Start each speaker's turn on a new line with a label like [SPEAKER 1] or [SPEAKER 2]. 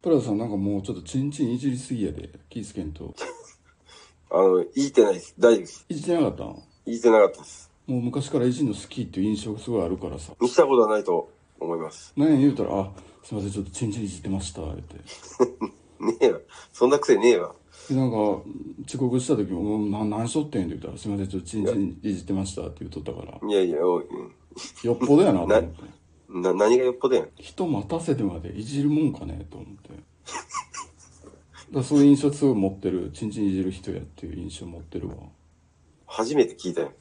[SPEAKER 1] プラザさんなんかもうちょっとチンチンいじりすぎやで気ぃつけんと
[SPEAKER 2] あの、言いてないです。大丈夫です。
[SPEAKER 1] いじってなかったんも
[SPEAKER 2] 言いてなかったです。
[SPEAKER 1] う昔からいじんの好きっていう印象がすごいあるからさ
[SPEAKER 2] 見したことはないと思います。
[SPEAKER 1] 何や言うたら「あすいませんちょっとチンチンいじってました」って
[SPEAKER 2] ねえわ。そんな癖ねえわ。
[SPEAKER 1] でなんか遅刻した時も「うんな何しとってん」って言ったら「すいませんちょっとチンチンいじってました」って言っとったから
[SPEAKER 2] いやいや、おい、
[SPEAKER 1] よっぽどやなと思って
[SPEAKER 2] うんな、何がよっぽどやん。
[SPEAKER 1] 人待たせてまでいじるもんかねと思ってだからそういう印象すごい持ってるチンチンいじる人やっていう印象持ってるわ
[SPEAKER 2] 初めて聞いたよ。